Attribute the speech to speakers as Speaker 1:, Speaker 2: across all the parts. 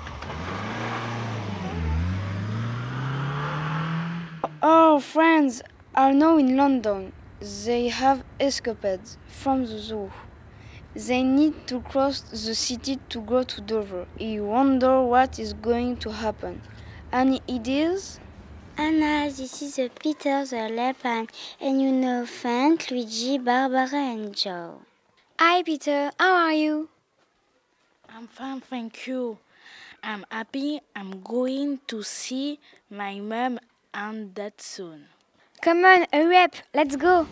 Speaker 1: Our Oh, friends are now in London. They have escaped from the zoo. They need to cross the city to go to Dover. You wonder what is going to happen. Any ideas?
Speaker 2: Anna, this is the Peter the Lepan, and you know Frank, Luigi, Barbara, and Joe.
Speaker 3: Hi, Peter. How are you?
Speaker 4: I'm fine, thank you. I'm happy. I'm going to see my mom and dad soon.
Speaker 3: Come on, hurry up. Let's go.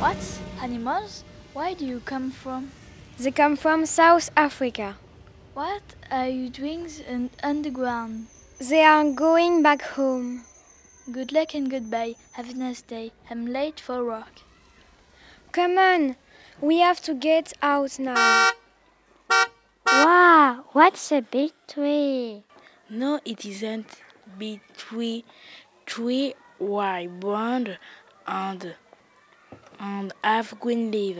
Speaker 5: What? Animals? Where do you come from?
Speaker 3: They come from South Africa.
Speaker 5: What are you doing in underground?
Speaker 3: They are going back home.
Speaker 5: Good luck and goodbye. Have a nice day. I'm late for work.
Speaker 3: Come on, we have to get out now.
Speaker 2: Wow, what's a big tree?
Speaker 4: No, it isn't. Big tree, tree white blonde and and half green leaf.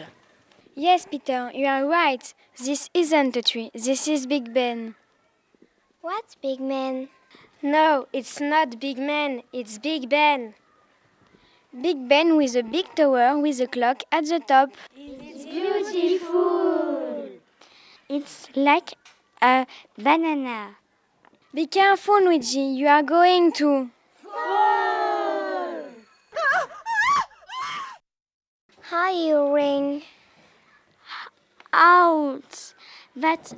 Speaker 3: Yes, Peter, you are right. This isn't a tree. This is Big Ben.
Speaker 2: What's Big Man?
Speaker 3: No, it's not Big Man, it's Big Ben. Big Ben with a big tower with a clock at the top.
Speaker 2: It's beautiful. It's like a banana.
Speaker 3: Be careful, Luigi, you are going to.
Speaker 2: How you ring out that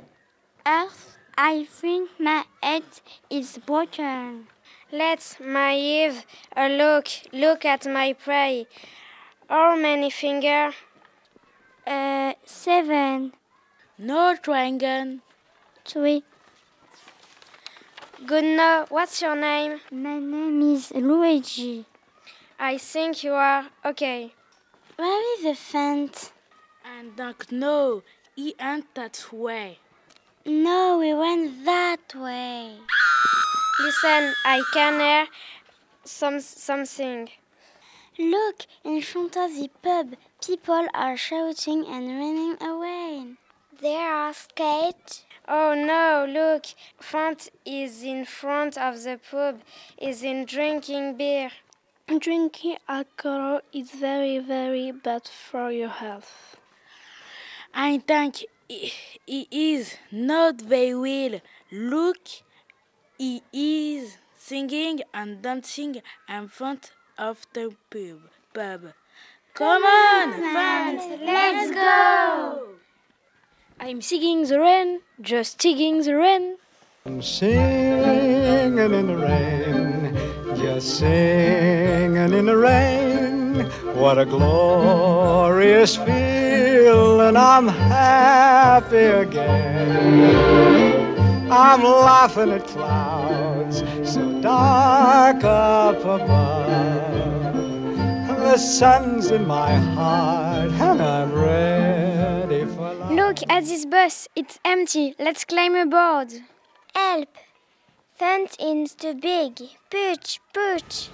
Speaker 2: earth? I think my head is broken.
Speaker 3: Let my Eve a look, look at my prey. How many finger?
Speaker 2: Uh, seven,
Speaker 4: No triangle.
Speaker 2: three.
Speaker 3: Good no, what's your name?
Speaker 2: My name is Luigi.
Speaker 3: I think you are okay.
Speaker 2: Where is the fence?
Speaker 4: And don't know. He ain't that way.
Speaker 2: No, we went that way.
Speaker 3: Listen, I can hear some something.
Speaker 2: Look, in front of the pub, people are shouting and running away. There are skates.
Speaker 3: Oh no, look, Font is in front of the pub, is in drinking beer.
Speaker 6: Drinking alcohol is very, very bad for your health.
Speaker 4: I think he, he is not very well. Look, he is singing and dancing in front of the pub. pub. Come on, fans!
Speaker 2: Let's go!
Speaker 3: I'm singing the rain, just singing the rain.
Speaker 7: I'm singing in the rain, just singing in the rain. What a glorious feeling, I'm happy again. I'm laughing at clouds so dark up above. The sun's in my heart, and I'm ready for love.
Speaker 3: Look at this bus, it's empty. Let's climb aboard.
Speaker 2: Help! Fence is too big. Pooch, pooch.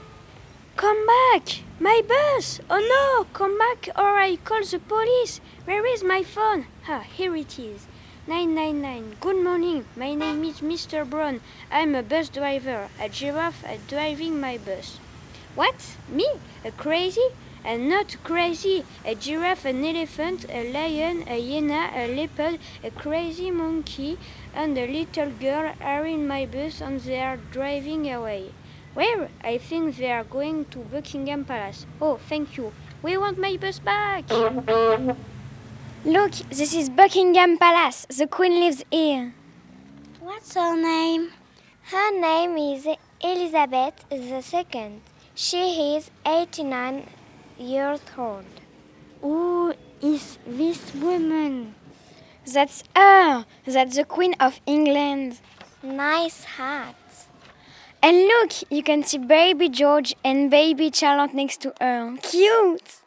Speaker 3: Come back! My bus! Oh no! Come back or I call the police! Where is my phone? Ah, here it is. 999. Good morning. My name is Mr. Brown. I'm a bus driver. A giraffe at driving my bus. What? Me? A crazy? And not crazy. A giraffe, an elephant, a lion, a hyena, a leopard, a crazy monkey, and a little girl are in my bus and they are driving away. Where? I think they are going to Buckingham Palace. Oh, thank you. We want my bus back. Look, this is Buckingham Palace. The Queen lives here.
Speaker 2: What's her name? Her name is Elizabeth II. She is 89 years old. Who is this woman?
Speaker 3: That's her. That's the Queen of England.
Speaker 2: Nice hat.
Speaker 3: And look, you can see baby George and baby Charlotte next to her. Cute!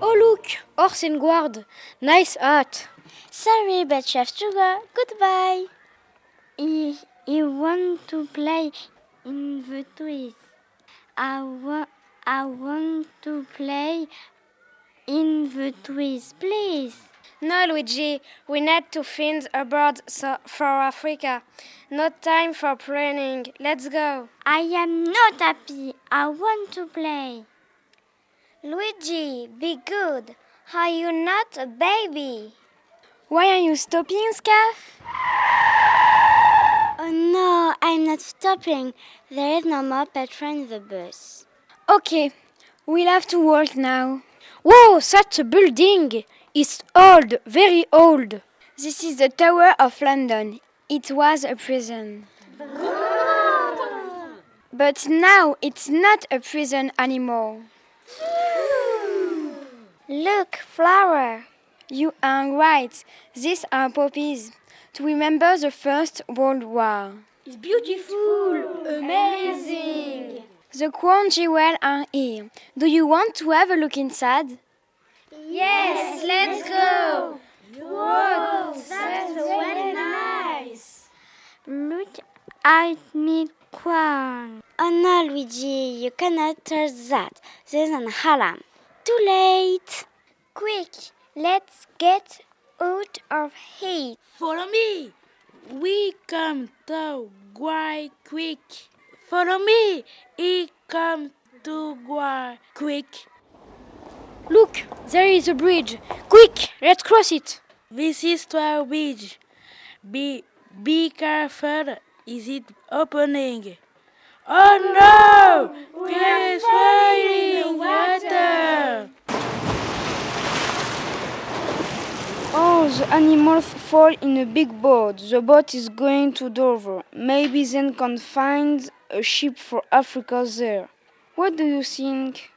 Speaker 3: Oh look, horse and guard. Nice hat.
Speaker 2: Sorry, but you have to go. Goodbye. I, I want to play in the trees. I, wa- I want to play in the trees, please.
Speaker 3: No, Luigi, we need to find a bird so- for Africa. Not time for planning. Let's go.
Speaker 2: I am not happy. I want to play. Luigi, be good. Are you not a baby?
Speaker 3: Why are you stopping, Scarf?
Speaker 2: Oh no, I'm not stopping. There is no more petrol in the bus.
Speaker 3: Okay, we'll have to walk now. Whoa, such a building! It's old, very old. This is the Tower of London. It was a prison. But now it's not a prison anymore.
Speaker 2: Look, flower.
Speaker 3: You are right. These are poppies to remember the First World War. It's beautiful, amazing. The crown jewels are here. Do you want to have a look inside?
Speaker 2: Yes, let's go. Whoa, that's very nice. Look at me, Quan. Oh no, Luigi, you cannot touch that. There's an alarm. Too late. Quick, let's get out of here.
Speaker 4: Follow me. We come to Guai quick. Follow me. He come to Guai quick.
Speaker 3: Look, there is a bridge. Quick, let's cross it.
Speaker 4: This is Twelve Beach. Be be careful. Is it opening? Oh no! We are falling water.
Speaker 1: Oh, the animals fall in a big boat. The boat is going to Dover. Maybe then can find a ship for Africa there. What do you think?